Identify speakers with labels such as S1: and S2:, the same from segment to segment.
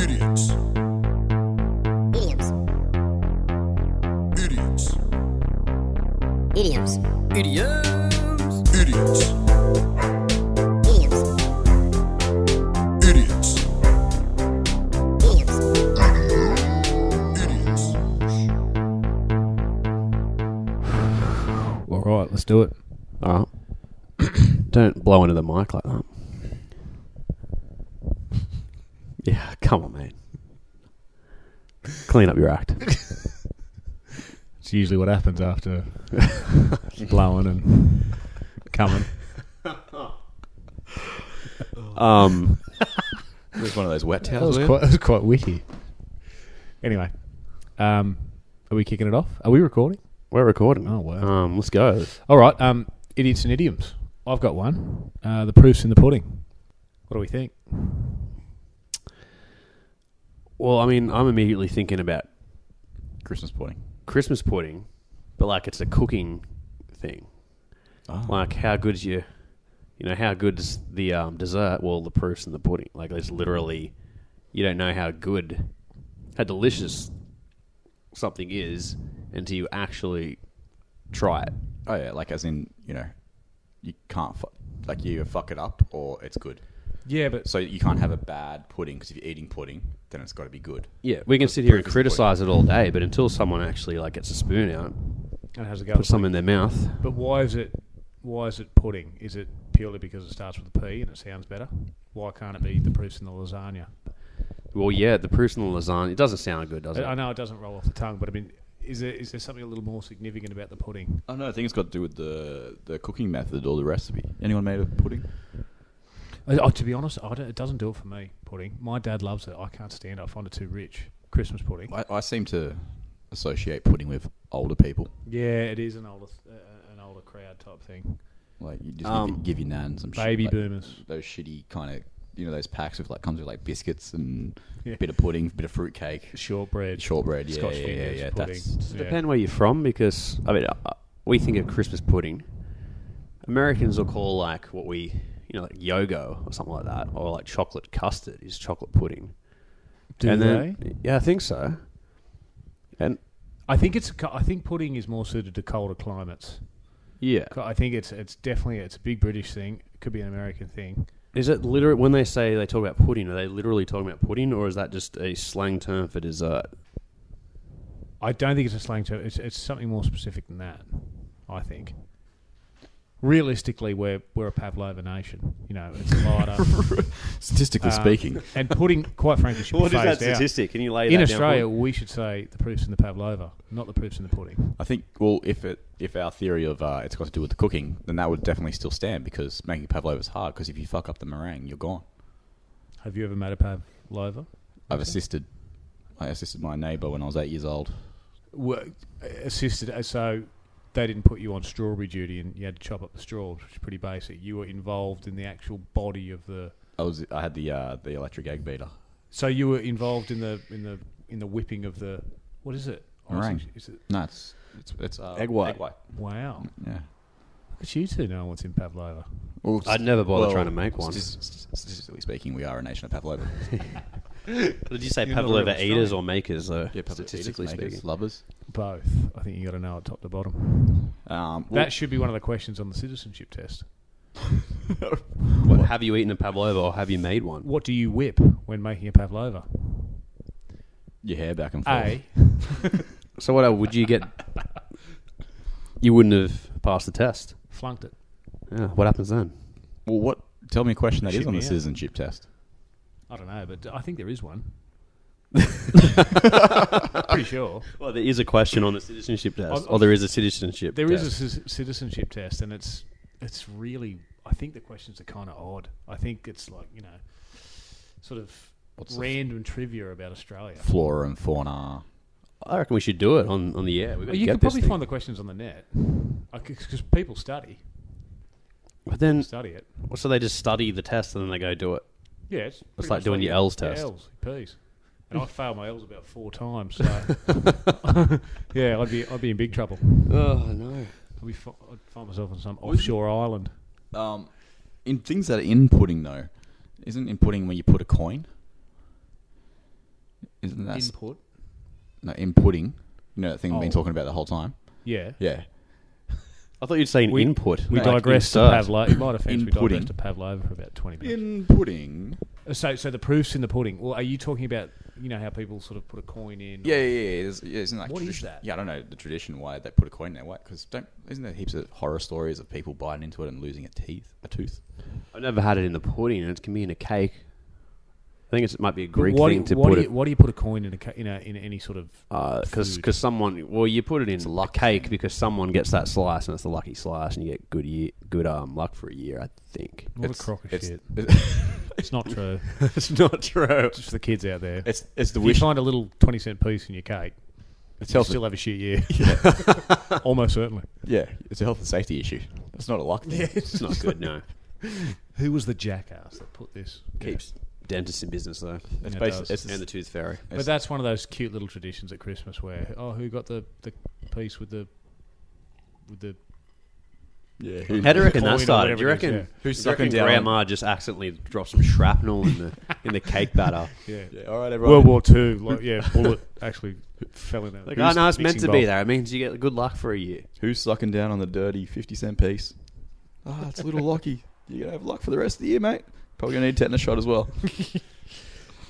S1: Idiots.
S2: Idioms.
S1: Idiots.
S2: Idioms.
S3: Idioms.
S1: Idiots.
S2: Idioms.
S1: Idiots.
S2: Idioms.
S1: Idiots.
S4: All right, let's do it.
S5: All right. Don't blow into the mic like that. Yeah, come on, mate. Clean up your act.
S4: It's usually what happens after blowing and coming.
S5: Um, it was one of those wet
S4: That was,
S5: towels. we
S4: quite,
S5: had.
S4: that was quite witty. Anyway, um, are we kicking it off? Are we recording?
S5: We're recording.
S4: Oh, wow.
S5: Um, let's go.
S4: All right, um, idiots and idioms. I've got one. Uh, the proof's in the pudding. What do we think?
S5: Well, I mean, I'm immediately thinking about
S6: Christmas pudding.
S5: Christmas pudding, but like it's a cooking thing. Like how good's your, you know, how good's the um, dessert? Well, the proof's in the pudding. Like it's literally, you don't know how good, how delicious something is until you actually try it.
S6: Oh yeah, like as in you know, you can't fu- like you either fuck it up or it's good.
S4: Yeah, but
S6: So you can't have a bad pudding because if you're eating pudding, then it's got to be good.
S5: Yeah, we can sit here and
S6: proof is in the
S5: criticize it all day, but until someone actually like gets a spoon out,
S4: and how's it
S5: put some in their mouth.
S4: But why is it? Why is it pudding? Is it purely because it starts with a P and it sounds better? Why can't it be the proof's in the lasagna?
S5: Well, yeah, the proof's in the lasagna. It doesn't sound good, does
S4: I,
S5: it?
S4: I know it doesn't roll off the tongue, but I mean, is there is there something a little more significant about the pudding?
S6: Oh, I don't know. I think it's got to do with the the cooking method or the recipe. Anyone made a pudding?
S4: I, I- to be honest, I don't, it doesn't do it for me. Pudding. My dad loves it. I can't stand it. I find it too rich. Christmas pudding.
S6: I, I seem to associate pudding with older people.
S4: Yeah, it is an older uh, an older crowd type thing.
S6: Like you just
S5: Um,
S6: give, give your nan some
S4: Baby
S6: shit, like,
S4: boomers.
S6: Those shitty kind of you know those packs with like comes with like biscuits and
S4: Yeah.
S6: bit of pudding, bit of fruitcake,
S4: Shortbread.
S6: shortbread. Yeah,
S4: Scotch
S6: yeah, yeah,
S4: fingers
S6: yeah.
S4: pudding.
S6: That's
S4: Yeah.
S5: Depend where you're from, because I mean, uh, we think of Christmas pudding. Americans will call like what we, you know, like yogo or something like that, or like chocolate custard is chocolate pudding.
S4: Do
S5: and
S4: they?
S5: Then, yeah, I think so. And
S4: I think it's. co- I think pudding is more suited to colder climates.
S5: yeah,
S4: I think it's it's definitely it's a big British thing. It could be an American thing.
S5: is it literally when they say they talk about pudding? Are they literally talking about pudding, or is that just a slang term for dessert?
S4: I don't think it's a slang term. It's, it's something more specific than that. I think. Realistically, we're we're a Pavlova nation. You know, it's lighter.
S6: Statistically
S4: um,
S6: speaking,
S4: and pudding, quite frankly, should be phased out.
S5: Can you lay
S4: In Australia, we should say the proof's in the Pavlova, not the proof's in the pudding.
S6: I think well, if it if our theory of uh, it's got to do with the cooking, then that would definitely still stand because making pavlova is hard. Because if you fuck up the meringue, you're gone.
S4: Have you ever made a Pavlova?
S6: I've assisted. I assisted my neighbour when I was eight years old.
S4: Were, assisted, uh, so they didn't put you on strawberry duty and you had to chop up the straws, which is pretty basic. You were involved in the actual body of the.
S6: I was I had the uh, the electric egg beater.
S4: So you were involved in the in the in the whipping of the what is it?
S6: Meringue.
S4: Icing- Is it?
S6: No, it's it's, it's uh,
S5: Egg white.
S6: Egg white.
S4: Wow.
S6: Yeah.
S4: Look at you two know what's in Pavlova.
S6: Well,
S5: I'd never bother trying to make one.
S6: statis- Statistically speaking, we are a nation of pavlova.
S5: Did you say
S4: You're not a real
S5: pavlova eaters or makers? Though,
S6: Pavlova
S5: statistically
S6: eaters, makers,
S5: speaking,
S6: lovers.
S4: Both. I think you got to know it top to bottom.
S6: Um,
S4: that should be one of the questions on the citizenship test.
S5: What, have you eaten a pavlova or have you made one?
S4: What do you whip when making a Pavlova?
S6: your hair back and forth.
S4: A.
S5: So what uh, would you get? you wouldn't have passed the test.
S4: Flunked it.
S5: Yeah. What happens then?
S6: Well, what? Tell me a question that is
S4: Shit
S6: on
S4: me
S6: the
S4: out.
S6: citizenship test.
S4: I don't know, but I think there is one. Pretty sure.
S5: Well, there is a question on the citizenship test,
S4: I'm-
S5: or there is a citizenship.
S4: There is
S5: test.
S4: a ci- citizenship test, and it's it's really. I think the questions are kind of odd. I think it's like you know, sort of
S6: What's the f-
S4: random trivia about Australia.
S6: Flora and fauna.
S5: I reckon we should do it on, on the air. We've got to
S4: you
S5: get
S4: could
S5: this
S4: probably
S5: thing.
S4: find the questions on the net, because people study
S5: But then,
S4: study it.
S5: so they just study the test and then they go do it.
S4: Yeah, it's, pretty
S5: like
S4: much
S5: doing your
S4: yeah,
S5: L's test.
S4: L's, P's. And I failed my L's about four times, so yeah, I'd be I'd be in big trouble.
S5: Oh no!
S4: I'd, be, fi- I'd find myself on some offshore island.
S6: Um, in things that are in pudding though, isn't in pudding when you put a coin? Isn't that s-
S4: Input.
S6: no inputting? You know that thing we've been
S4: Oh.
S6: talking about the whole time.
S4: Yeah.
S6: Yeah,
S5: I thought you'd say an
S4: We-
S5: input.
S4: We
S5: like
S4: digress to
S5: insert.
S4: Pavlova. In my defence, we
S6: Inputting.
S4: digress to Pavlova for about 20 minutes.
S6: inputting.
S4: So, so the proof's in the pudding. Well, are you talking about, you know, how people sort of put a coin in?
S6: Yeah, yeah, yeah. It's, yeah, isn't like
S4: What is
S6: tradition-
S4: that?
S6: Yeah, I don't know the tradition why they put a coin in their way. Because don't isn't there heaps of horror stories of people biting into it and losing a teeth, a tooth?
S5: I've never had it in the pudding, and it can be in a cake. I think it's, it might be a Uh,
S4: But
S5: Greek
S4: why
S5: thing
S4: do,
S5: to
S4: you- why
S5: put
S4: do
S5: it
S4: you, why do you put a coin in a ca- in, a, in any sort of
S5: because
S4: food?
S5: someone well you put it in luck cake because someone gets that slice and it's the lucky slice and you get good year good um luck for a year I think
S4: what a crock of
S6: it's,
S4: shit!
S6: It's,
S4: It's not true.
S5: it's not true
S4: Just for the kids out there.
S6: it's it's the
S4: if you
S6: wish.
S4: find a little twenty cent piece in your cake,
S6: It's
S4: you'll
S6: health.
S4: still have a shit year. Almost certainly.
S6: yeah, it's a health and safety issue. It's not a luck thing.
S5: it's not good no
S4: Who was the jackass that put this?
S5: keeps dentists in business though
S6: It's
S4: Yeah, it
S6: basically
S4: does.
S6: it's
S5: and the tooth fairy
S4: But that's one of those cute little traditions at Christmas where oh, who got the, the piece with the with the
S6: yeah.
S5: how do you reckon
S4: Coin or
S5: that
S4: whatever
S5: started do
S4: it is,
S5: you reckon
S4: yeah.
S6: Who's
S5: do you reckon
S6: sucking down-
S5: grandma just accidentally dropped some shrapnel in the in the cake batter
S4: yeah,
S6: Yeah, all right, everyone.
S4: World War Two like yeah bullet actually fell in there.
S5: like oh no it's meant to be there it means you get good luck for a year
S6: Who's sucking down on the dirty 50 cent piece? Ah, it's little Lockie. You're going to have luck for the rest of the year, mate. Probably going to need tetanus shot as well.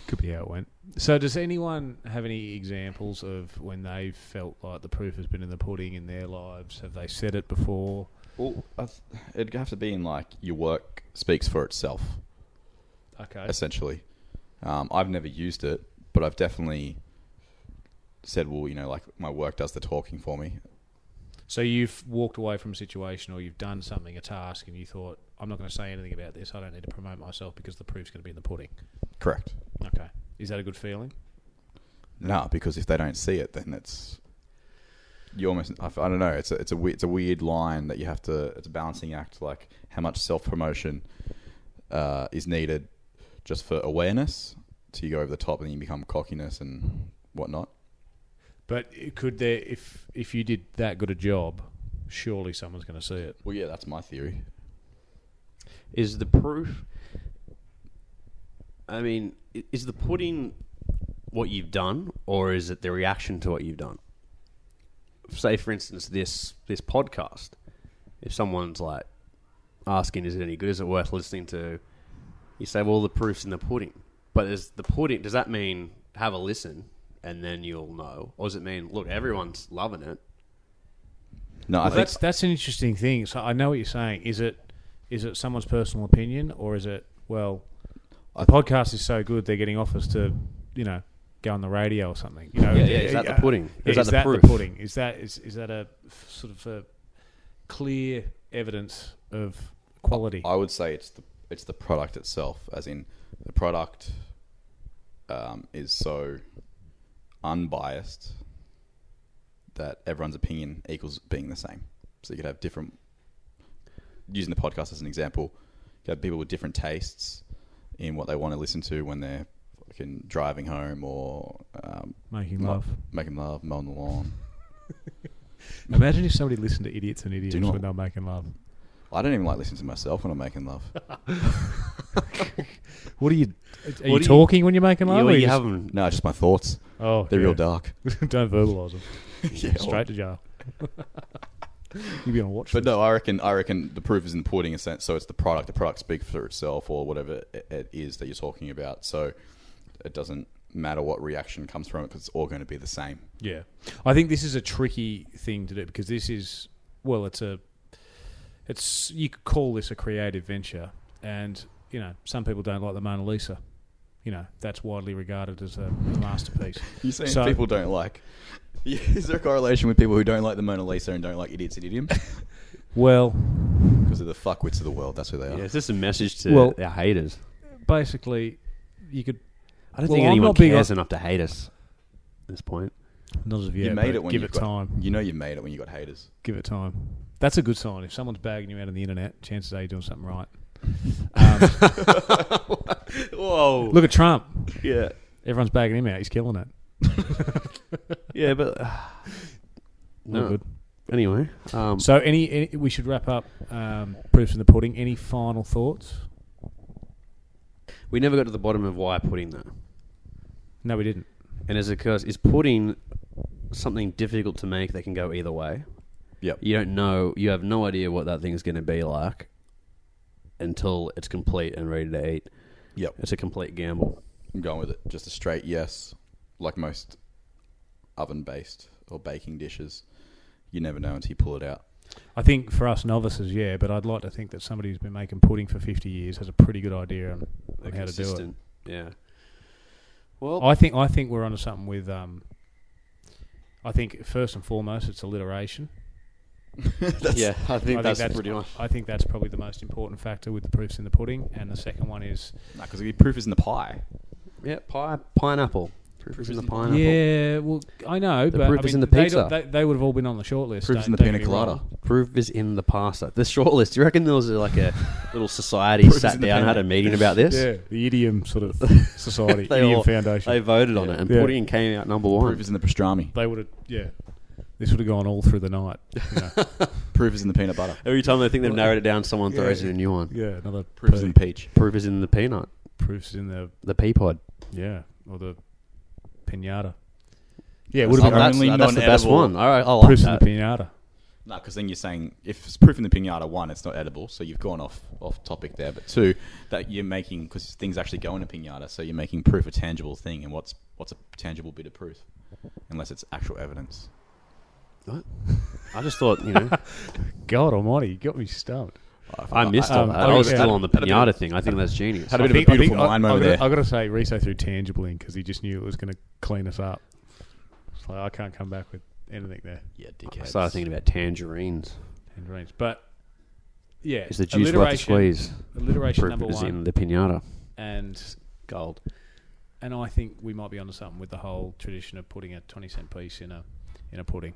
S4: Could be how it went. So, does anyone have any examples of when they've felt like the proof has been in the pudding in their lives? Have they said it before?
S6: Well, I th- it'd have to be in like your work speaks for itself,
S4: Okay.
S6: essentially. Um, I've never used it, but I've definitely said, well, you know, like my work does the talking for me.
S4: So, you've walked away from a situation or you've done something, a task, and you thought, I'm not going to say anything about this. I don't need to promote myself because the proof's going to be in the pudding.
S6: Correct.
S4: Okay. Is that a good feeling?
S6: No, because if they don't see it, then it's you almost. I, I don't know. It's a it's a we- it's a weird line that you have to. It's a balancing act. Like how much self promotion uh, is needed just for awareness to you go over the top and then you become cockiness and whatnot.
S4: But it- could there, if if you did that good a job, surely someone's going to see it.
S6: Well, yeah, that's my theory.
S5: is the proof i mean i- is the pudding what you've done or is it the reaction to what you've done say for instance this this podcast if someone's like asking is it any good is it worth listening to you say well the proof's in the pudding but is the pudding does that mean have a listen and then you'll know or does it mean look everyone's loving it
S6: No, I
S4: Well,
S6: think
S4: that's that's an interesting thing. So, I know what you're saying. Is it is it someone's personal opinion or is it well?
S6: I
S4: the podcast is so good they're getting offers to you know go on the radio or something you know
S5: Yeah, yeah, is that the pudding?
S4: yeah, is, that, the,
S5: proof?
S4: pudding is that is, is that a f- sort of a clear evidence of quality
S6: I would say it's the it's the product itself, as in the product um, is so unbiased that everyone's opinion equals being the same. So you could have different. Using the podcast as an example, you could have people with different tastes in what they want to listen to when they're fucking driving home or um,
S4: making
S6: mo-
S4: love
S6: making love, mowing the lawn.
S4: imagine if somebody listened to idiots and idiots
S6: you know
S4: when
S6: what-
S4: they're making love
S6: I don't even like listening to myself when I'm making love.
S4: what are you are you
S5: you-
S4: talking when you're making love
S5: you,
S4: or
S5: you
S4: just-
S5: have 'em-
S6: No, just my thoughts.
S4: oh
S6: They're real
S4: yeah.
S6: dark.
S4: don't verbalize them
S6: Yeah, well-
S4: straight to jail you'll be on watch
S6: But
S4: list.
S6: no, I reckon I reckon the proof is in the pudding in a sense. So it's the product. The product speaks for itself, or whatever it- it is that you're talking about. So it doesn't matter what reaction comes from it because it's all going to be the same.
S4: Yeah, I think this is a tricky thing to do because this is well, it's a, it's you could call this a creative venture, and you know some people don't like the Mona Lisa. You know that's widely regarded as a masterpiece.
S6: You saying
S4: So-
S6: people don't like? Is there a correlation with people who don't like the Mona Lisa and don't like idiots and idioms
S4: Well,
S6: because they're the fuckwits of the world? That's who they are.
S5: yeah, is this a message to
S4: Well-
S5: our haters
S4: basically, you could
S5: I don't
S4: Well,
S5: think
S4: I'm
S5: anyone
S4: not big
S5: cares
S4: on-
S5: enough to hate us at this point.
S4: not as of
S6: You
S4: yet,
S6: made
S4: but
S6: it when
S4: give
S6: you
S4: it
S6: got,
S4: time.
S6: You know you made it when you got haters.
S4: Give it time. That's a good sign. If someone's bagging you out on the internet, chances are you're doing something right. Um,
S5: Whoa.
S4: look at Trump.
S5: Yeah.
S4: Everyone's bagging him out. He's killing it.
S5: Yeah, but.
S4: All
S5: no.
S4: good.
S5: Anyway. Um,
S4: So, any, any we should wrap up um, proofs in the pudding. Any final thoughts?
S5: we never got to the bottom of why pudding, though.
S4: No, we didn't.
S5: and as a curse is putting something difficult to make that can go either way.
S6: Yep.
S5: You don't know. You have no idea what that thing is going to be like until it's complete and ready to eat.
S6: Yep.
S5: It's a complete gamble.
S6: I'm going with it. Just a straight yes, like most oven based or baking dishes. You never know until you pull it out.
S4: I think for us novices, yeah, but I'd like to think that somebody who's been making pudding for 50 years has a pretty good idea on, on how to do it.
S5: do it. Yeah. Well,
S4: I think I think we're onto something with. Um, I think first and foremost, it's alliteration.
S5: yeah, I think
S4: I
S5: that's,
S4: think
S5: pretty much.
S4: I think that's probably the most important factor with the proofs in the pudding, and the second one is
S6: Because the proof is in the pie.
S5: Yeah, pie, pineapple. Proof, is in the pineapple.
S4: yeah. Well, I know,
S5: The
S4: but
S5: proof
S4: I
S5: is
S4: mean,
S5: in the
S4: they
S5: pizza.
S4: don't- They, they would have all been on the shortlist.
S6: Proof is
S4: don't-
S6: in the
S4: don't
S6: pina
S4: get me wrong.
S6: colada.
S5: Proof is in the pasta. The shortlist. Do you reckon there was like a little society
S6: Proof is
S5: sat
S6: in the
S5: down and had a
S6: pina.
S5: meeting about this?
S4: Yeah, the idiom sort of society,
S5: They
S4: idiom
S5: all-
S4: foundation.
S5: They voted on it, and
S4: Yeah.
S5: pudding came out number
S6: Proof
S5: one.
S6: is in the pastrami.
S4: they would have yeah this would have gone all through the night you know.
S6: Proof is in the peanut butter.
S5: Every time they think they've narrowed it down, someone
S4: Yeah.
S5: throws in a new one.
S4: yeah another
S6: Proof
S4: proof
S6: is in the peach.
S5: Proof is in the peanut,
S4: proofs in the
S5: the pea pod.
S4: yeah or the piñata yeah it
S6: That's
S4: would
S5: Oh,
S4: have been
S6: not
S5: that's,
S6: only
S5: that's the best
S6: non-edible
S5: one. All right, I like
S4: proofs in
S5: that.
S4: the piñata
S6: No, because then you're saying if it's proof in the pinata, one, it's not edible, so you've gone off off topic there. But two, that you're making because things actually go in a pinata, so you're making proof a tangible thing. And what's what's a tangible bit of proof, unless it's actual evidence?
S5: I just thought, you know,
S4: god almighty you got me stumped
S5: I missed all
S4: Um,
S5: that.
S4: I
S5: I was
S4: yeah.
S5: still on the
S6: Had a bit of-
S5: pinata thing. I think that's genius.
S6: Had a
S4: I
S6: bit
S4: think-
S6: of
S4: I
S6: a
S4: think-
S6: beautiful mind
S4: I,
S6: moment there.
S4: I gotta say Riso threw tangible in because he just knew it was going to clean us up it's like I can't come back with anything there
S6: Yeah,
S5: I
S6: dickheads.
S5: started thinking about tangerines.
S4: Tangerines. but yeah
S5: Is the juice worth the squeeze?
S4: alliteration
S5: Proof
S4: number
S5: is
S4: one
S5: in the pinata.
S4: and
S5: Gold.
S4: and I think we might be onto something with the whole tradition of putting a twenty cent piece in a in a pudding.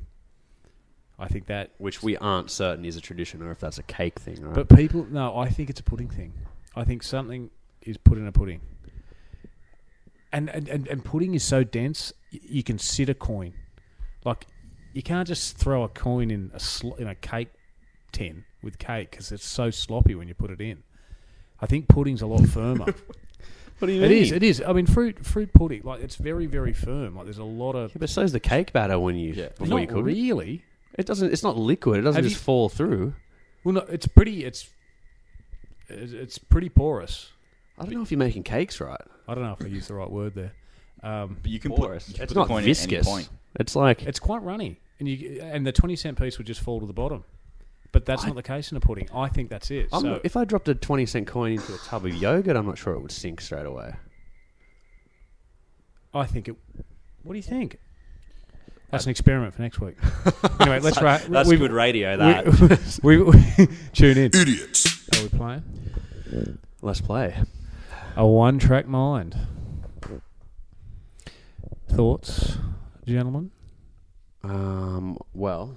S4: I think that,
S5: Which we aren't certain is a tradition or if that's a cake thing, right?
S4: but people, no, I think it's a pudding thing. I think something is put in a pudding, and and and, and pudding is so dense y- you can sit a coin, like you can't just throw a coin in a sl- in a cake tin with cake because it's so sloppy when you put it in. I think pudding's a lot firmer.
S5: what do you
S4: It is. It is. I mean, fruit fruit pudding, like it's very very firm. Like there's a lot of
S5: Yeah, but so's the cake batter when you
S6: Yeah.
S5: before you
S4: Not
S5: cook it.
S4: really.
S5: It doesn't. It's not liquid. It doesn't
S4: Have
S5: just
S4: you-
S5: fall through.
S4: Well, no, it's pretty. It's it's it's pretty porous.
S5: I don't know if you're making cakes right.
S4: I don't know if I used the right word there. Um,
S6: But you can
S5: Porous.
S6: put you can
S5: It's
S6: put the
S5: not
S6: coin in at any
S5: viscous.
S6: point.
S5: It's like
S4: it's quite runny, and you and the twenty cent piece would just fall to the bottom. But that's
S5: I-
S4: not the case in a pudding. I think that's it.
S5: I'm
S4: so
S5: not- if I dropped a twenty cent coin into a tub of yogurt, I'm not sure it would sink straight away.
S4: I think it. What do you think? That's an experiment for next week. anyway, let's wrap. we-
S5: radio.
S4: We, we, we- tune in.
S1: idiots,
S4: Are we playing?
S5: Let's play.
S4: A one-track mind. Thoughts, gentlemen.
S5: Um, well,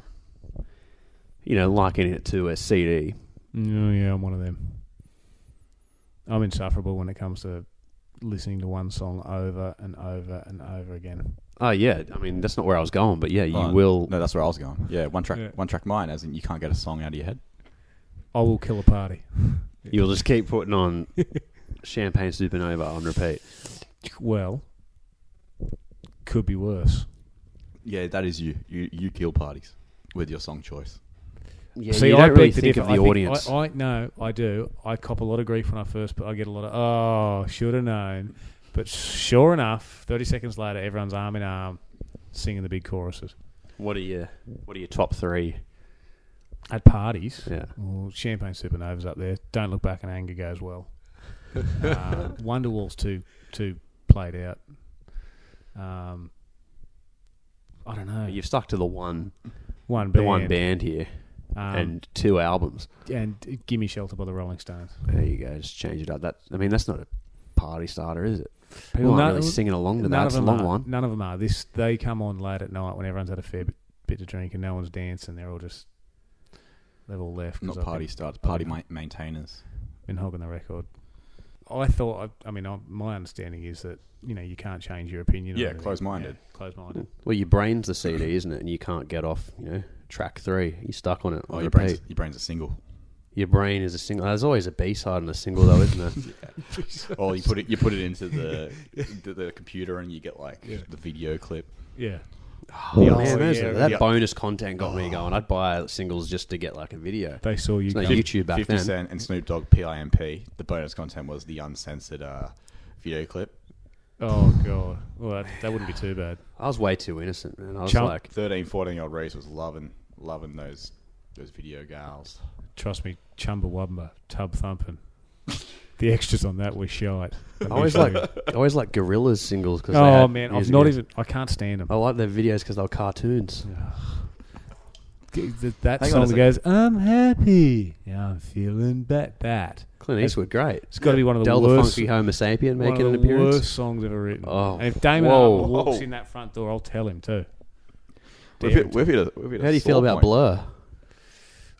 S5: you know, liking it to a CD.
S4: No, Mm, yeah, I'm one of them. I'm insufferable when it comes to listening to one song over and over and over again.
S5: Oh yeah, I mean that's not where I was going, but yeah, you
S6: Oh,
S5: will.
S6: No, that's where I was going. Yeah, one track,
S4: Yeah.
S6: one track mine. As in, you can't get a song out of your head.
S4: I will kill a party.
S5: You'll just keep putting on Champagne Supernova on repeat.
S4: Well, could be worse.
S6: Yeah, that is you. You you kill parties with your song choice.
S5: Yeah,
S4: See,
S5: you
S4: I
S5: don't really
S4: beg to
S5: think
S4: differ.
S5: of
S4: I
S5: the audience.
S4: I, I no, I do. I cop a lot of grief when I first. But I get a lot of oh, should have known. But sure enough, thirty seconds later, everyone's arm in arm, singing the big choruses
S5: what are your What are your top three?
S4: at parties.
S5: Yeah.
S4: Well, Champagne Supernova's up there. Don't Look Back in Anger goes well. uh, Wonderwall's too too played out. Um, I don't know.
S5: You've stuck to the one,
S4: One
S5: the
S4: band,
S5: one band here,
S4: um, and
S5: and two albums.
S4: Gimme Shelter by the Rolling Stones.
S5: There you go. Just change it up. That I mean, that's not a party starter, is it? People
S4: Well,
S5: aren't
S4: no-
S5: really singing along to
S4: None
S5: that.
S4: of
S5: It's a
S4: them
S5: long
S4: are.
S5: one.
S4: None of them are. This they come on late at night when everyone's had a fair bit, bit to drink and no one's dancing. They're all just they've all left. 'cause
S6: Not
S4: I've
S6: party
S4: been-
S6: starts, party ma- maintainers.
S4: been hogging the record. I thought. I, I mean, I, my understanding is that you know you can't change your opinion. on
S6: Yeah,
S4: anything.
S6: close-minded.
S4: Yeah, close-minded.
S5: Well, your brain's the CD, isn't it? And you can't get off. You know, track three. You're stuck on it.
S6: Oh,
S5: On
S6: your
S5: repeat.
S6: brain's, your brain's a single.
S5: your brain is a single. There's always a B side and a single though, isn't there?
S6: Or Oh, you put it you put it into the the, the computer and you get like the video clip.
S4: Yeah.
S5: Oh, man, those-
S4: yeah,
S5: that
S6: yeah.
S5: bonus content got me going. I'd buy singles just to get like a video.
S4: They saw you.
S5: There's no
S4: come.
S5: YouTube back
S6: Fifty
S5: then.
S6: Cent and Snoop Dogg PIMP. The bonus content was the uncensored uh, video clip.
S4: Oh god. Well, that, that wouldn't be too bad.
S5: I was way too innocent, man. I was
S4: Chump.
S5: like,
S6: 13, 14 year old Reese was loving loving those those video gals.
S4: Trust me, Chumbawamba, tub thumping. The extras on that were shite.
S5: I always like, I always like Gorillas singles because
S4: Oh man, I've not even. I can't stand them.
S5: I like their videos because they're cartoons.
S4: That, that
S6: Hang on
S4: song
S6: a
S4: that goes, "I'm happy, yeah, I'm feeling that that."
S5: Clint Eastwood, great.
S4: It's got to be one of the
S5: Del the
S4: worst,
S5: Funky Homo Sapien
S4: one
S5: making
S4: of
S5: an
S4: the
S5: appearance.
S4: worst songs ever written.
S5: Oh,
S4: and if Damon
S5: whoa.
S4: Albarn walks
S6: Whoa.
S4: in that front door, I'll tell him too.
S6: We've
S4: Damn.
S6: hit- we've hit a- we've hit a
S5: How do you feel
S6: sore
S5: about
S6: point.
S5: Blur?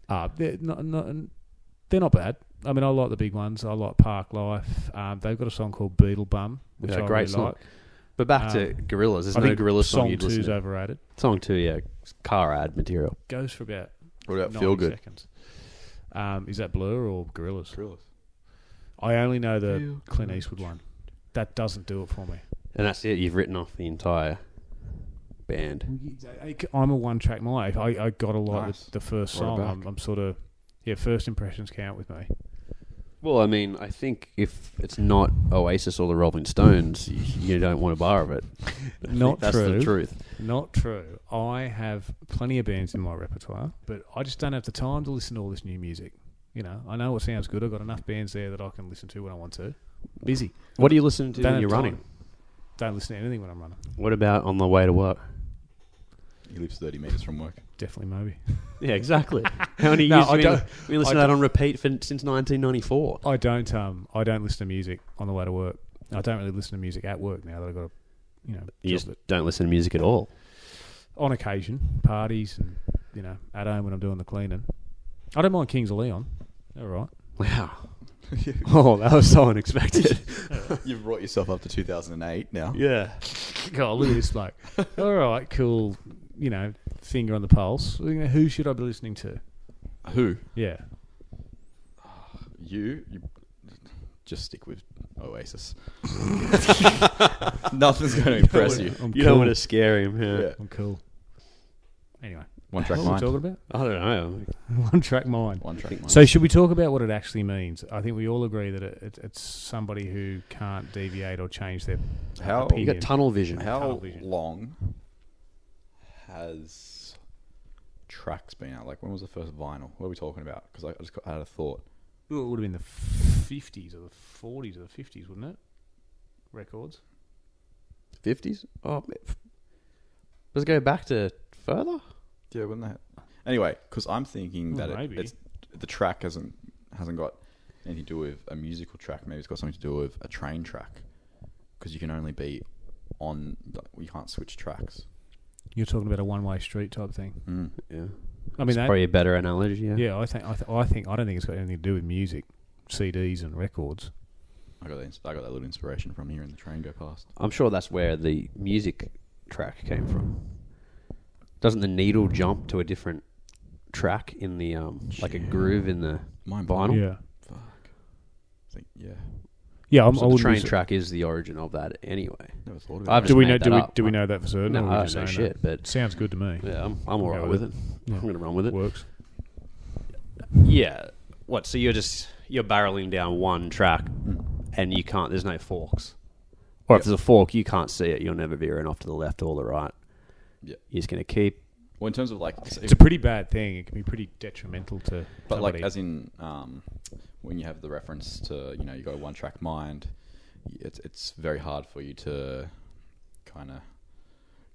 S4: Uh, they're not, not, they're not bad. I mean, I like the big ones. I like Park Life. Um, they've got a song called Beetle Bum, which
S5: Yeah,
S4: I
S5: great
S4: really
S5: song.
S4: like.
S5: But back to Gorillas. There's
S4: Uh, I
S5: no
S4: think
S5: Gorilla song,
S4: song
S5: you'd
S4: two's
S5: listen to.
S4: overrated.
S5: Song two, yeah, it's car ad material.
S4: Goes for about
S6: What about
S4: 90
S6: Feel Good?
S4: seconds. Um, is that Blur or Gorillas?
S6: Gorillas.
S4: I only know the Clint Eastwood one. That doesn't do it for me.
S5: And that's it. You've written off the entire band.
S4: I'm a one track mind. I, I gotta like
S6: Nice.
S4: the, the first
S5: Right
S4: song.
S5: back.
S4: I'm, I'm sort of yeah. First impressions count with me.
S5: Well, I mean, I think if it's not Oasis or the Rolling Stones, you, you don't want a bar of it. I think
S4: Not
S5: that's
S4: true.
S5: the truth.
S4: Not true. I have plenty of bands in my repertoire, but I just don't have the time to listen to all this new music. You know, I know it sounds good. I've got enough bands there that I can listen to when I want to. Busy.
S5: What do you listen to
S4: Don't have
S5: when you're
S4: time.
S5: running?
S4: Don't listen to anything when I'm running.
S5: What about on the way to work?
S6: He lives thirty meters from work.
S4: Definitely, maybe.
S5: Yeah, exactly. How many
S4: No,
S5: years
S4: I
S5: have we,
S4: don't-
S5: we listened to
S4: I
S5: that on repeat for, since 1994?
S4: I don't. Um, I don't listen to music on the way to work. I don't really listen to music at work now that I've got a, you know,
S5: You
S4: job
S5: just don't listen to music at all.
S4: that- on occasion parties and you know at home when I'm doing the cleaning. I don't mind Kings of Leon. All right.
S5: Wow. oh, that was so unexpected.
S6: You've brought yourself up to two thousand and eight now.
S5: yeah.
S4: God, look at this bloke. All right, cool. You know, finger on the pulse. You know, who should I be listening to?
S6: Who?
S4: Yeah.
S6: You, you just stick with Oasis. Nothing's going to impress you.
S4: I'm cool.
S5: You don't want to scare him. Yeah.
S6: Yeah.
S4: I'm cool. Anyway,
S6: One track
S4: what are we
S6: mind.
S4: talking about?
S5: I don't know.
S4: One track mind.
S6: One track mind.
S4: So should we talk about what it actually means? I think we all agree that it, it, it's somebody who can't deviate or change their
S6: How-
S5: You got
S4: opinion.
S5: tunnel vision.
S6: How
S4: television.
S6: long has tracks been out? Like, when was the first vinyl? What are we talking about? Because I, I just got, had a thought.
S4: Well, it would have been the fifties or the forties or the fifties, wouldn't it? Records.
S6: Fifties?
S5: Oh, man. let's go back to further.
S6: Yeah, wasn't that? Anyway, because I'm thinking
S4: Well,
S6: that it,
S4: maybe.
S6: it's, the track hasn't hasn't got anything to do with a musical track. Maybe it's got something to do with a train track. Because you can only be on, you can't switch tracks.
S4: You're talking about a one-way street type thing.
S6: Mm.
S5: Yeah.
S4: I mean,
S5: It's
S4: that,
S5: probably a better analogy. Yeah.
S4: yeah, I think I, th- I think I don't think it's got anything to do with music, CDs and records.
S6: I got that, ins- I got that little inspiration from hearing the train go past.
S5: I'm sure that's where the music track came from. Doesn't the needle jump to a different track in the um, like a groove in the
S6: Mind blown.
S5: vinyl?
S4: Yeah,
S6: Fuck. I think, yeah,
S4: yeah. I'm, I
S5: So the
S4: wouldn't be
S5: train
S4: su-
S5: track is the origin of that anyway.
S6: never thought of it.
S5: I've
S4: Do
S5: just
S4: we
S5: made
S4: know?
S5: that
S4: Do we,
S5: up.
S4: do we know that for certain? or
S5: No,
S4: are we
S5: I don't
S4: just
S5: know
S4: saying
S5: shit,
S4: that?
S5: but-
S4: sounds good to me.
S5: Yeah, I'm, I'm all
S4: go
S5: right
S4: with
S5: with it.
S4: Yeah.
S5: I'm going to run with it.
S4: Works.
S5: Yeah. What? So you're just you're barreling down one track, and you can't. There's no forks. Or if there's a fork, you can't see it. You're never veering off to the left or the right.
S6: Yeah.
S5: You're just going to keep.
S6: Well, in terms of like,
S4: It's a pretty bad thing. It can be pretty detrimental to.
S6: but like
S4: somebody.
S6: as in um, when you have the reference to you know you got a one track mind, it's it's very hard for you to kind of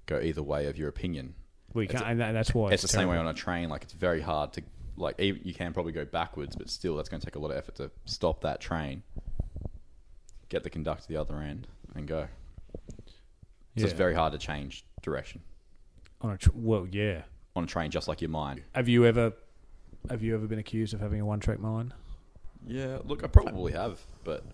S6: go either way of your opinion.
S4: well, you can't, and that, that's why
S6: it's
S4: it's,
S6: the same way
S4: terrible.
S6: on a train. Like it's very hard to like even, you can probably go backwards, but still that's going to take a lot of effort to stop that train, get the conductor to the other end, and go. So it's
S4: Yeah.
S6: very hard to change direction
S4: On a tr- well, yeah.
S6: on a train, just like your mind.
S4: Have you ever, have you ever been accused of having a one-track mind?
S6: Yeah, look, I probably
S4: Uh,
S6: have, but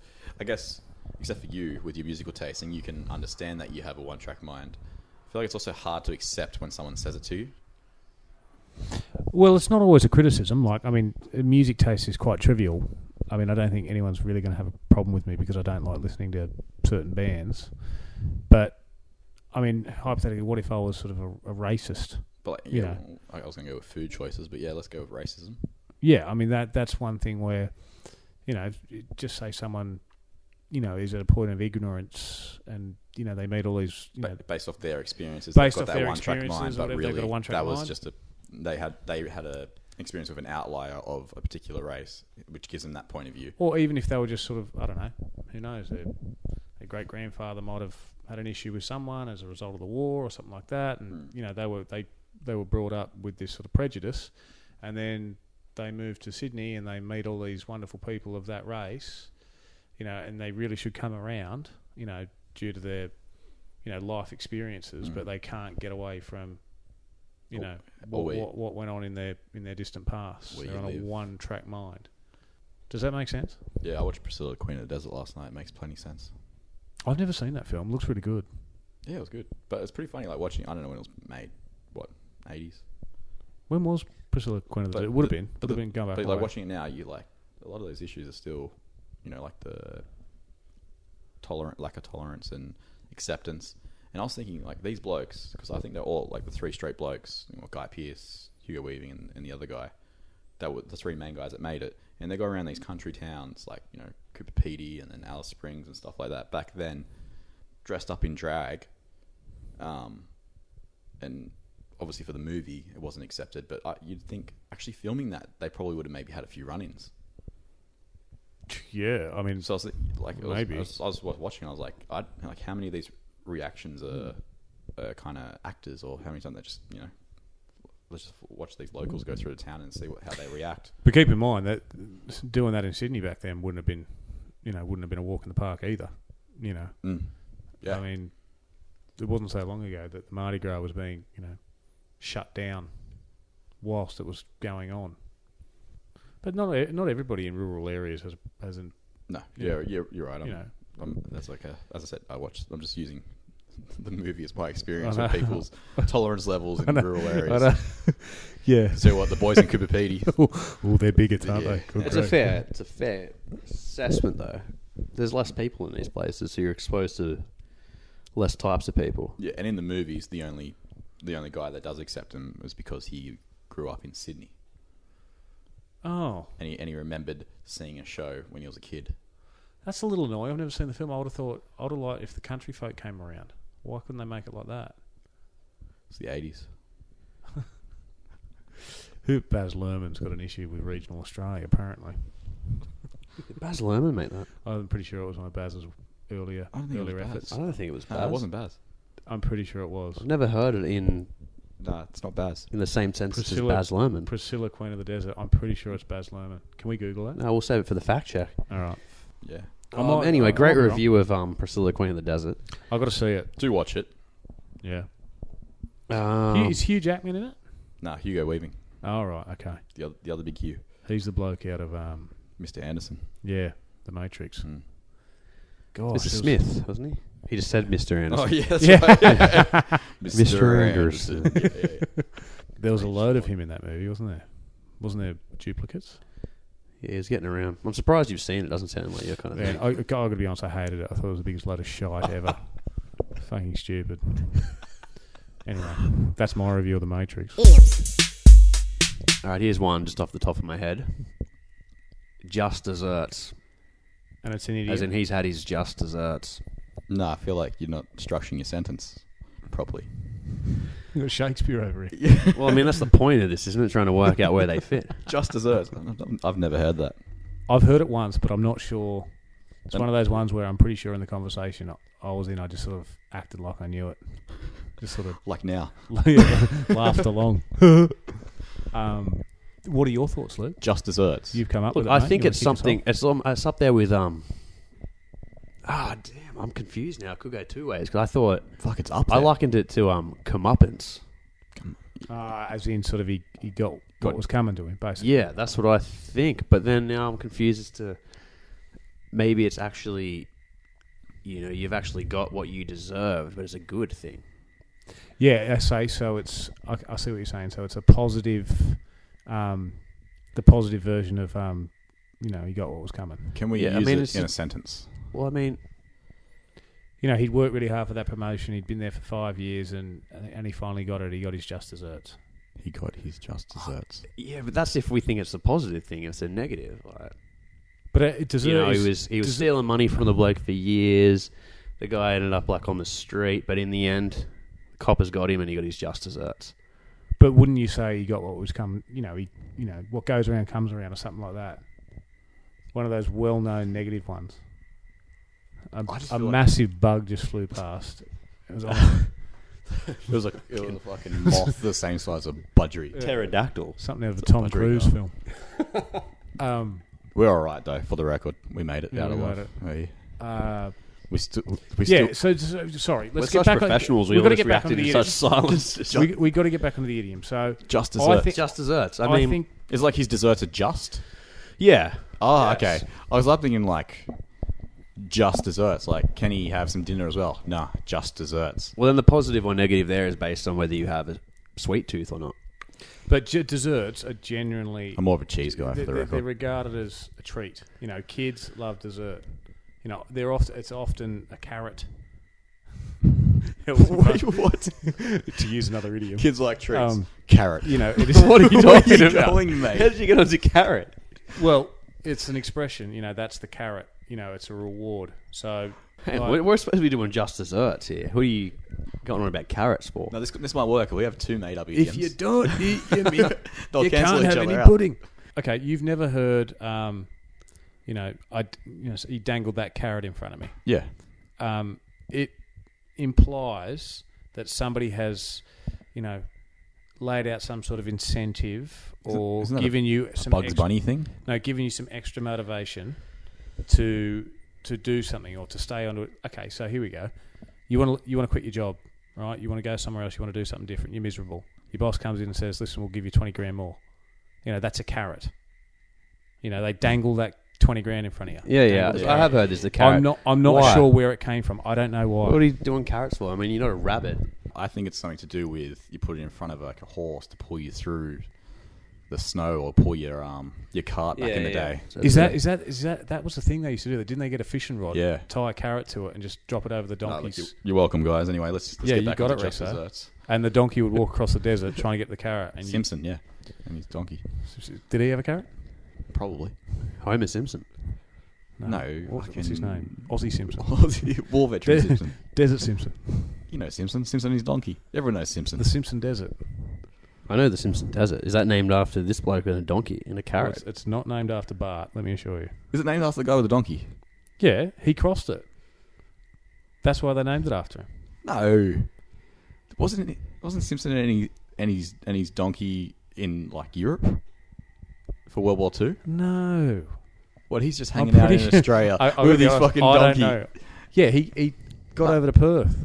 S6: I guess except for you with your musical tasting, you can understand that you have a one track mind. I feel like it's also hard to accept when someone says it to you.
S4: Well, it's not always a criticism. Like, I mean, music taste is quite trivial. I mean, I don't think anyone's really going to have a problem with me because I don't like listening to certain bands. But, I mean, hypothetically, what if I was sort of a, a racist?
S6: But like,
S4: You
S6: yeah, I I was going to go with food choices, but yeah, let's go with racism.
S4: Yeah, I mean that that's one thing where, you know, if- just say someone, you know, is at a point of ignorance, and you know they meet all these, you
S6: Ba-
S4: know,
S6: based off their experiences,
S4: Based
S6: they've got
S4: off
S6: that
S4: their
S6: one track mind,
S4: experiences or
S6: but
S4: whatever, they've
S6: really
S4: got a one-track
S6: that was
S4: mind.
S6: just a they had they had a experience with an outlier of a particular race, which gives them that point of view.
S4: or even if they were just sort of, I don't know, who knows, their, their great grandfather might have had an issue with someone as a result of the war or something like that, and
S6: Hmm.
S4: you know they were they they were brought up with this sort of prejudice, and then they move to Sydney and they meet all these wonderful people of that race, you know, and they really should come around, you know, due to their you know life experiences, but they can't get away from. You
S6: Hmm. Or-
S4: know what,
S6: or where-
S4: what, what went on in their in their distant past.
S6: Where
S4: They're
S6: you
S4: on
S6: live.
S4: a one-track mind. Does that make sense?
S6: Yeah, I watched Priscilla Queen of the Desert last night. It makes plenty sense.
S4: I've never seen that film. Looks really good.
S6: Yeah, it was good, but it's pretty funny. Like watching, I don't know when it was made, what eighties,
S4: When was Priscilla Queen of the
S6: But
S4: Desert? It would have
S6: the-
S4: been.
S6: but
S4: Would have
S6: the-
S4: been going back.
S6: but
S4: a
S6: like
S4: way.
S6: watching it now, you like a lot of those issues are still, you know, like the tolerant lack of tolerance and acceptance. And I was thinking like these blokes because I think they're all like the three straight blokes, you know, Guy Pearce, Hugo Weaving, and, and the other guy. That were the three main guys that made it, and they go around these country towns like you know Cooper Pedy and then Alice Springs and stuff like that. Back then, dressed up in drag, um, and obviously for the movie it wasn't accepted but I, you'd think actually filming that they probably would have maybe had a few run-ins
S4: Yeah, I mean,
S6: so I was like- like it was,
S4: Maybe.
S6: I, was, I was wa- watching I was like I, like how many of these reactions are,
S4: Hmm.
S6: are kind of actors or how many times they just you know let's just watch these locals go through the town and see what, how they react
S4: but keep in mind that doing that in Sydney back then wouldn't have been, you know, wouldn't have been a walk in the park either. You know,
S6: Hmm. yeah
S4: I mean, it wasn't so long ago that the Mardi Gras was being, you know, shut down whilst it was going on. But not e- not everybody in rural areas has has an
S6: no
S4: you
S6: yeah
S4: know.
S6: you're, you're right I'm,
S4: you know.
S6: I'm, that's okay as I said I watched I'm just using the movie as my experience
S4: I
S6: with
S4: know.
S6: people's tolerance levels in
S4: I know.
S6: rural
S4: I
S6: areas
S4: know. yeah.
S6: so what the boys in Cooper Pedy
S4: Oh, they're bigots, aren't
S6: Yeah.
S4: they? Good
S5: It's a
S4: grief.
S5: fair, it's a fair assessment though. There's less people in these places, so you're exposed to less types of people.
S6: Yeah, and in the movies, the only the only guy that does accept him was because he grew up in Sydney,
S4: Oh,
S6: and he and he remembered seeing a show when he was a kid.
S4: That's a little annoying. I've never seen the film. I would have thought, I would have liked if the country folk came around. Why couldn't they make it like that?
S6: It's the eighties.
S4: Who Baz Luhrmann's got an issue with regional Australia, apparently.
S5: Baz Luhrmann made that.
S4: I'm pretty sure it was one of Baz's earlier
S6: I don't think it
S4: earlier
S6: was Baz.
S4: efforts.
S5: I don't think it was Baz.
S6: No, it wasn't Baz.
S4: I'm pretty sure it was
S5: I've never heard it in
S6: No, it's not Baz.
S5: in the same sense
S4: Priscilla-
S5: as Baz Luhrmann.
S4: Priscilla, Queen of the Desert. I'm pretty sure it's Baz Luhrmann. Can we Google that?
S5: no, we'll save it for the fact check.
S4: All right.
S6: Yeah,
S4: I
S5: Um,
S4: might-
S5: anyway,
S4: I
S5: great
S4: might be
S5: review of um, Priscilla Queen of the Desert.
S4: wrong. I've got to see it.
S6: do watch it.
S4: Yeah.
S6: Oh.
S5: Um,
S4: Is Hugh Jackman in it?
S6: Nah, Hugo Weaving,
S4: All right. Okay.
S6: the other, the other big Hugh,
S4: He's the bloke out of um,
S6: Mr. Anderson.
S4: yeah, The Matrix.
S6: Mm.
S4: God, it
S5: Mr.
S4: was-
S5: Smith, wasn't he? He just said Mr. Anderson.
S6: Oh yeah, that's
S4: Yeah.
S6: right.
S5: Mr. Anderson.
S6: Yeah, yeah, yeah.
S4: There was a load of him in that movie, wasn't there? Wasn't there duplicates?
S5: Yeah, he's getting around. I'm surprised you've seen it. Doesn't sound like your kind of
S4: Man,
S5: thing.
S4: I, I gotta be honest, I hated it. I thought it was the biggest load of shite ever. Fucking stupid. Anyway, that's my review of The Matrix.
S2: Idioms.
S5: All right, here's one just off the top of my head. Just desserts,
S4: And it's an
S5: as
S4: idiot.
S5: in he's had his just desserts.
S6: Nah, I feel like you're not structuring your sentence properly.
S4: You've got Shakespeare over here.
S5: Well, I mean that's the point of this, isn't it? Trying to work out where they fit.
S6: Just desserts. I've never heard that.
S4: I've heard it once, but I'm not sure. It's one of those ones where I'm pretty sure in the conversation I- I was in, I just sort of acted like I knew it. Just sort of
S6: Like now,
S4: laughed along. um, what are your thoughts, Luke?
S6: just desserts.
S4: You've come up with it.
S5: I
S4: mate.
S5: think
S4: You wanna
S5: it's
S4: kick us
S5: something.
S4: off?
S5: It's, um, it's up there with um. Ah, damn! I'm confused now. It could go two ways because I thought
S6: Fuck, it's up.
S5: I
S6: there.
S5: likened it to um comeuppance.
S4: Uh, as in, sort of, he, he got what
S5: Got-
S4: was coming to him, basically.
S5: Yeah, that's what I think. But then now I'm confused as to maybe it's actually, you know, you've actually got what you deserved, but it's a good thing.
S4: Yeah, I say so. It's I, I see what you're saying. So it's a positive um, the positive version of um, you know he got what was coming.
S6: Can we
S5: Yeah, I
S6: use
S5: mean,
S6: it
S5: it's
S6: in a
S5: just-
S6: sentence?
S5: Well, I mean,
S4: You know he'd worked really hard for that promotion. He'd been there for five years, and and he finally got it. He got his just desserts.
S6: He got his just desserts.
S5: yeah, but that's if we think it's a positive thing. It's a negative. Like,
S4: But uh, it deserves.
S5: you know, he was he was stealing money from the bloke for years. The guy ended up like on the street, but in the end, the coppers got him and he got his just desserts.
S4: But wouldn't you say he got what was coming? You know, he, you know, what goes around comes around, or something like that. One of those well-known negative ones. A,
S6: I just
S4: a
S6: feel like-
S4: massive bug just flew past. It was on-
S6: It was like it was a fucking moth the same size as a budgery.
S5: Pterodactyl.
S4: something out of a
S6: It's a
S4: Tom
S6: Rodrigo.
S4: Cruise film. um,
S6: We're all right though, for the record. We made it
S4: Yeah,
S6: out
S4: we
S6: of
S4: made
S6: life. Hey.
S4: uh,
S6: We still, we
S4: yeah. So,
S6: still.
S4: so sorry.
S5: We're
S4: Let's
S5: such
S4: get back.
S5: professionals.
S4: On,
S5: we
S4: we've got to
S5: always
S4: get back on
S5: reacted
S4: the
S5: in
S4: idiom.
S5: such silence.
S4: we we got to get back on the idiom. So
S6: Just
S4: I
S6: desserts.
S4: think
S5: just desserts. I
S4: I,
S5: mean,
S4: think
S6: It's like his desserts are just.
S5: yeah.
S6: Oh,
S5: Yes.
S6: okay. I was like thinking like just desserts. Like, can he have some dinner as well? Nah, just desserts.
S5: Well, then the positive or negative there is based on whether you have a sweet tooth or not.
S4: but ge- desserts are genuinely
S6: I'm more of a cheese guy for
S4: they're,
S6: the
S4: they're- they're
S6: record.
S4: regarded as a treat. You know, kids love dessert. You know, they're often it's often a carrot.
S6: what?
S4: to use another idiom,
S6: Kids like trees.
S4: Um,
S6: Carrot.
S4: you know, it is. what
S5: you
S6: What
S5: talking
S6: are you
S5: about?
S6: calling me?
S5: How did you get onto carrot?
S4: well, it's an expression. You know, that's the carrot. You know, it's a reward. So,
S5: Hey,
S4: like-
S5: we're, we're supposed to be doing just desserts here. Who are you going on about carrots for?
S6: No, this this might work. We have two made up idioms.
S4: if you don't eat your meat,
S6: They'll
S4: you
S6: cancel
S4: can't
S6: each
S4: have
S6: other
S4: any
S6: out.
S4: pudding. Okay, you've never heard. Um, you know, I you know so he dangled that carrot in front of me.
S6: yeah,
S4: um, it implies that somebody has, you know, laid out some sort of incentive or
S6: isn't that a-
S4: given you some
S6: Bugs
S4: ex-
S6: Bunny thing.
S4: no, giving you some extra motivation to to do something or to stay on to it. Okay, so here we go. You want to you want to quit your job, right? You want to go somewhere else. You want to do something different. You're miserable. Your boss comes in and says, "Listen, we'll give you twenty grand more." You know, that's a carrot. You know, they dangle that twenty grand in front of you.
S5: Yeah, yeah.
S4: Dangle the
S5: I
S4: carrot.
S5: have heard there's the carrot.
S4: I'm not. I'm not
S5: Why?
S4: sure where it came from. I don't know why.
S5: What are you doing carrots for? I mean, you're not a rabbit.
S6: I think it's something to do with you put it in front of like a horse to pull you through the snow or pull your um your cart back in the day.
S4: Is that is that is that that was the thing they used to do? Didn't they get a fishing rod?
S6: Yeah.
S4: Tie a carrot to it and just drop it over the
S6: No, look,
S4: donkeys,
S6: you- you're welcome, guys. Anyway, let's, let's
S4: Yeah,
S6: get
S4: you
S6: back
S4: got
S6: on
S4: it,
S6: just
S4: Reso.
S6: desserts.
S4: and the donkey would walk across the desert trying to get the carrot. And you,
S6: Simpson, yeah, and his donkey,
S4: did he have a carrot?
S6: probably.
S5: Homer Simpson?
S6: No,
S4: What,
S6: fucking-
S4: what's his name? Aussie Simpson.
S6: War veteran
S4: Des-
S6: Simpson.
S4: Desert Simpson.
S6: You know Simpson. Simpson and his donkey. Everyone knows Simpson.
S4: The Simpson Desert.
S5: I know the Simpson Desert. Is that named after this bloke and a donkey and a
S4: Well,
S5: carrot?
S4: It's, it's not named after Bart. Let me assure you.
S6: Is it named after the guy with the donkey?
S4: Yeah, he crossed it. That's why they named it after him.
S6: No, wasn't it, wasn't Simpson and any and his and his donkey in like Europe for World War Two?
S4: No.
S6: What he's just
S4: I'm
S6: hanging out in
S4: pretty-
S6: Australia
S4: I- I gotta
S6: with
S4: be
S6: his
S4: honest,
S6: fucking
S4: I don't
S6: donkey.
S4: know. Yeah, he, he got over to Perth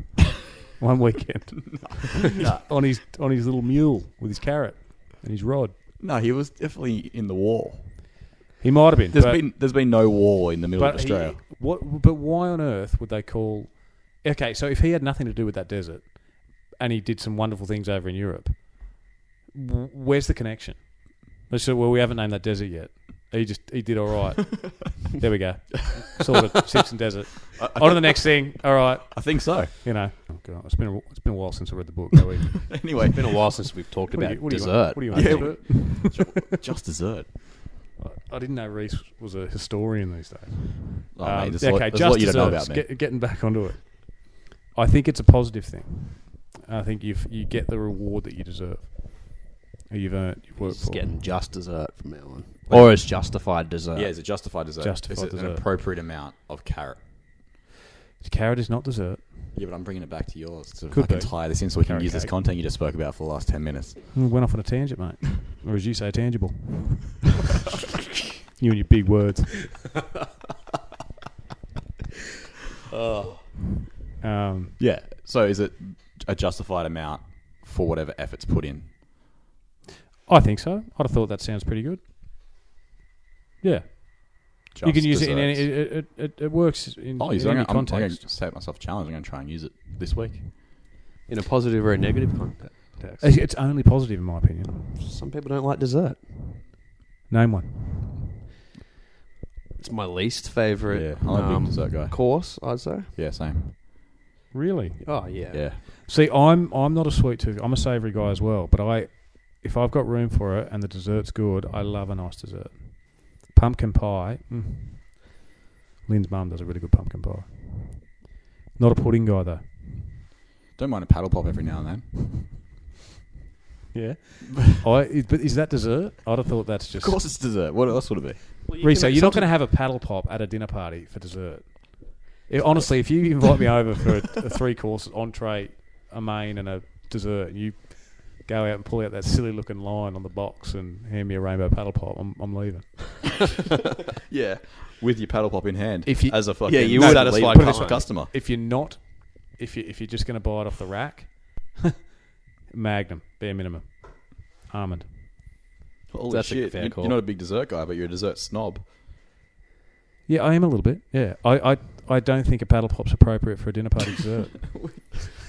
S4: one weekend on his on his little mule with his carrot and his rod.
S6: No, he was definitely in the war.
S4: He might have been.
S6: There's
S4: but,
S6: been there's been no war in the middle
S4: but
S6: of Australia.
S4: he- what? But why on earth would they call? Okay, so if he had nothing to do with that desert, and he did some wonderful things over in Europe, w- where's the connection? They said, "Well, we haven't named that desert yet. He just he did all right. there we go. Sorted. Simpson Desert. on to the next thing. All right.
S6: I think so.
S4: you know. Oh God, it's been a, it's been a while since I read the book. Though, even.
S6: Anyway,
S5: Been a while since we've talked
S4: What do
S5: about
S4: you- what do you want-
S5: dessert.
S4: what do you
S5: I
S4: want?
S5: think.
S4: Dessert?
S6: just dessert.
S4: I, I didn't know Reese was a historian these days.
S6: Oh,
S4: Um,
S6: mate, there's a lot,
S4: okay,
S6: there's a
S4: just
S6: lot you don't know
S4: desserts.
S6: about me.
S4: Get- getting back onto it, I think it's a positive thing. I think you you get the reward that you deserve, or you've earned, you've worked
S5: It's
S4: for.
S5: getting just dessert from now on, or it's justified dessert.
S6: yeah, is it justified dessert?
S4: Justified
S6: is it an
S4: dessert.
S6: appropriate amount of carrot?
S4: Carrot is not dessert.
S6: Yeah, but I'm bringing it back to yours to
S4: Could
S6: fucking
S4: be.
S6: tie this in so we can
S4: Carrot
S6: use this
S4: cake.
S6: content you just spoke about for the last ten minutes.
S4: We went off on a tangent, mate, or as you say, tangible. you and your big words.
S6: Oh.
S4: Um,
S6: Yeah. So is it a justified amount for whatever efforts put in?
S4: I think so. I'd have thought that sounds pretty good. Yeah, you can
S6: Just
S4: use it in any.
S6: desserts.
S4: It, it, it, it works in,
S6: Oh,
S4: in
S6: use it. I'm
S4: any
S6: gonna- I'm, I'm going
S4: context.
S6: to set myself a challenge. I'm going to try and use it this week.
S5: In a positive or a negative context. tax.
S4: It's it's only positive in my opinion.
S5: Some people don't like dessert.
S4: Name one.
S5: It's my least favorite. um,
S6: Yeah, um, I'm a big dessert guy.
S5: Course, I'd say.
S6: Yeah, same.
S4: Really?
S5: Oh yeah.
S6: Yeah.
S4: See, I'm I'm not a sweet tooth. I'm a savoury guy as well. But I, if I've got room for it and the dessert's good, I love a nice dessert. Pumpkin pie. Mm. Lynn's mum does a really good pumpkin pie. Not a pudding guy though.
S6: Don't mind a paddle pop every now and then.
S4: Yeah. I, is- but is that dessert? I'd have thought that's just.
S6: Of course, it's dessert. What else would it be?
S5: Well, you
S4: Reese,
S5: can-
S4: you're not going to
S5: sometimes-
S4: have a paddle pop at a dinner party for dessert. Yeah, honestly, if you invite me over for a, a three course entree, a main, and a dessert, and you go out and pull out that silly looking line on the box and hand me a rainbow paddle pop, I'm, I'm leaving.
S6: Yeah, with your paddle pop in hand.
S4: If you-
S6: as a fucking
S5: Yeah, you would leave
S6: satisfied
S5: it. Put it this way.
S6: customer.
S4: If you're not, if you if you're just going to buy it off the rack, Magnum, bare minimum, almond.
S6: Holy
S5: That's a
S6: shit!
S5: fair
S6: you,
S5: call.
S6: are not a big dessert guy, but you're a dessert snob.
S4: Yeah, I am a little bit. Yeah, I I, I don't think a paddle pop's appropriate for a dinner party dessert.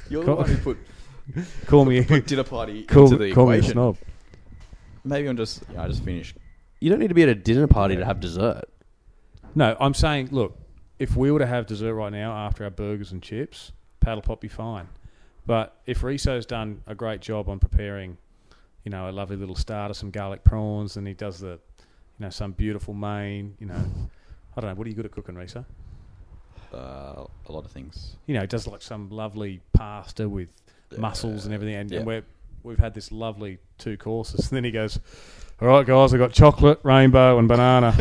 S6: You're
S4: Cool.
S6: the one who put
S4: call me
S6: dinner party
S4: call,
S6: into the
S4: call me a
S6: equation.
S4: snob.
S6: Maybe I'm just. Yeah, I just finished.
S5: You don't need to be at a dinner party to have dessert.
S4: No, I'm saying, look, if we were to have dessert right now after our burgers and chips, paddle pop be fine. But if Riso's done a great job on preparing, you know, a lovely little starter, some garlic prawns, and he does the, you know, some beautiful main, you know, I don't know, what are you good at cooking, Riso?
S6: Uh, a lot of things.
S4: You know, does like some lovely pasta with mussels and everything, and,
S6: yeah.
S4: and we're, we've had this lovely two courses, and then he goes, "All right, guys, I got chocolate, rainbow, and banana."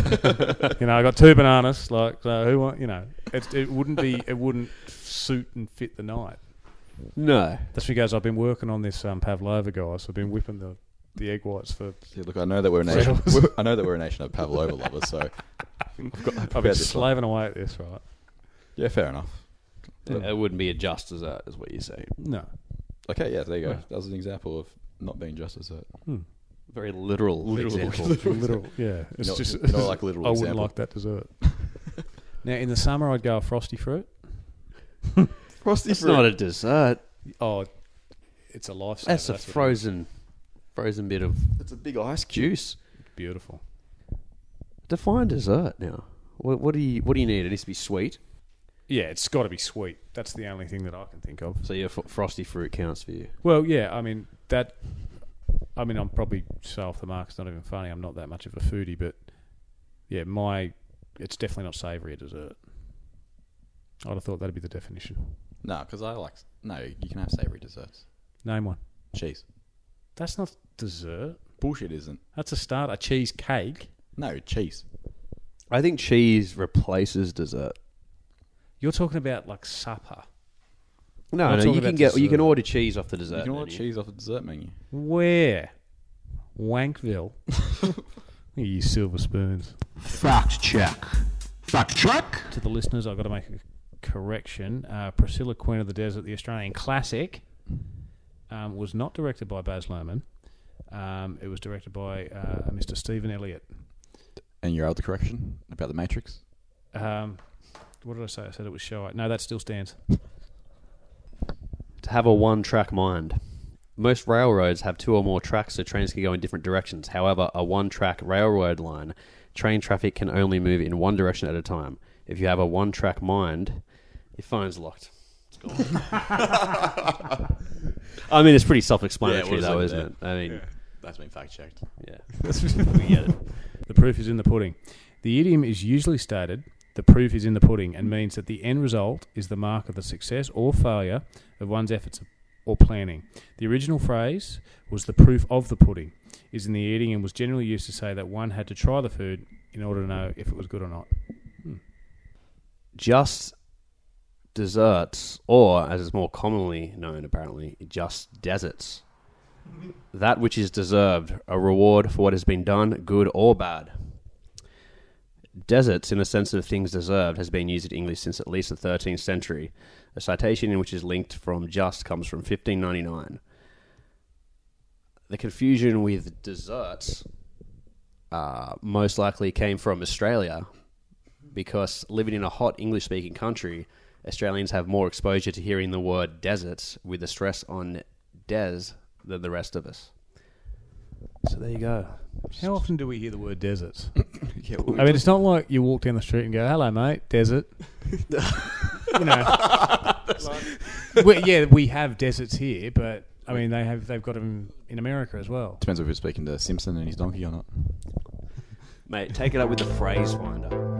S4: you know, I got two bananas. Like, so who want? You know, it, it wouldn't be, it wouldn't suit and fit the night.
S5: No.
S4: That's when he goes. I've been working on this um, pavlova, guys. I've been whipping the, the egg whites for.
S6: See, look, I know that we're a nation. we're- I know that we're a nation of Pavlova lovers. So
S4: I've been
S6: prepared this one.
S4: slaving away at this, right?
S6: yeah, fair enough.
S5: It wouldn't be a just dessert, is what you say.
S4: No,
S6: Okay, yeah, there you go.
S4: Yeah.
S6: That was an example of not being just dessert.
S5: Very literal, example.
S4: literal. Yeah, it's
S6: Not-
S4: just
S6: not like a literal
S4: I wouldn't
S6: example.
S4: like that dessert. now in the summer, I'd go a frosty fruit.
S6: Frosty
S5: It's not a dessert.
S4: Oh, it's a lifesaver.
S5: That's a
S4: what it is.
S5: frozen, frozen bit of
S6: it's a big ice cube.
S5: juice.
S4: Beautiful.
S5: Define dessert now. What, what do you What do you need? It needs to be sweet.
S4: Yeah, it's got to be sweet. That's the only thing that I can think of.
S5: So your f- frosty fruit counts for you.
S4: Well, yeah, I mean that. I mean, I'm probably so off the mark. It's not even funny. I'm not that much of a foodie, but yeah, my it's definitely not savoury a dessert. I'd have thought that'd be the definition.
S6: No, because I like. No, you can have savory desserts.
S4: Name one.
S6: Cheese.
S4: That's not dessert.
S6: Bullshit isn't.
S4: That's a starter. A cheesecake.
S6: No, cheese.
S5: I think cheese replaces dessert.
S4: You're talking about like supper.
S5: No,
S4: I'm
S5: no,
S4: talking
S5: you can
S4: about
S5: get you can
S4: dessert.
S5: order cheese off the dessert.
S6: You can order
S5: menu.
S6: cheese off the dessert menu.
S4: Where? Wankville. you silver spoons.
S1: Fact check. Fact check.
S4: to the listeners, I've got to make a correction. Uh, Priscilla, Queen of the Desert, the Australian classic, um, was not directed by Baz Luhrmann. Um, it was directed by uh, Mr. Stephen Elliott.
S6: And your other correction about the Matrix?
S4: Um, what did I say? I said it was Shoei. No, that still stands.
S5: to have a one track mind. Most railroads have two or more tracks so trains can go in different directions. However, a one track railroad line, train traffic can only move in one direction at a time. If you have a one track mind, your phone's locked. It's gone. I mean, it's pretty self
S6: Yeah,
S5: explanatory,
S6: it was
S5: though,
S6: like
S5: isn't
S6: that.
S5: it? I mean,
S6: That's been fact checked.
S5: yeah.
S4: The proof is in the pudding. The idiom is usually stated, the proof is in the pudding, and means that the end result is the mark of the success or failure of one's efforts or planning. The original phrase was the proof of the pudding is in the eating and was generally used to say that one had to try the food in order to know if it was good or not.
S5: Just desserts, or as it's more commonly known, apparently, just deserts. That which is deserved, a reward for what has been done, good or bad. Deserts, in a sense of things deserved, has been used in English since at least the 13th century. A citation in which is linked from just comes from 1599. The confusion with desserts uh, most likely came from Australia because living in a hot English speaking country, Australians have more exposure to hearing the word deserts with the stress on des than the rest of us. So there you go.
S4: How often do we hear the word deserts?
S6: Yeah, well,
S4: I mean, it's not like you walk down the street and go, "Hello, mate, desert." you know, we, yeah, we have deserts here, but I mean, they have they've got them in America as well.
S6: depends if we're speaking to Simpson and his donkey or not.
S5: Mate, take it up with the phrase finder.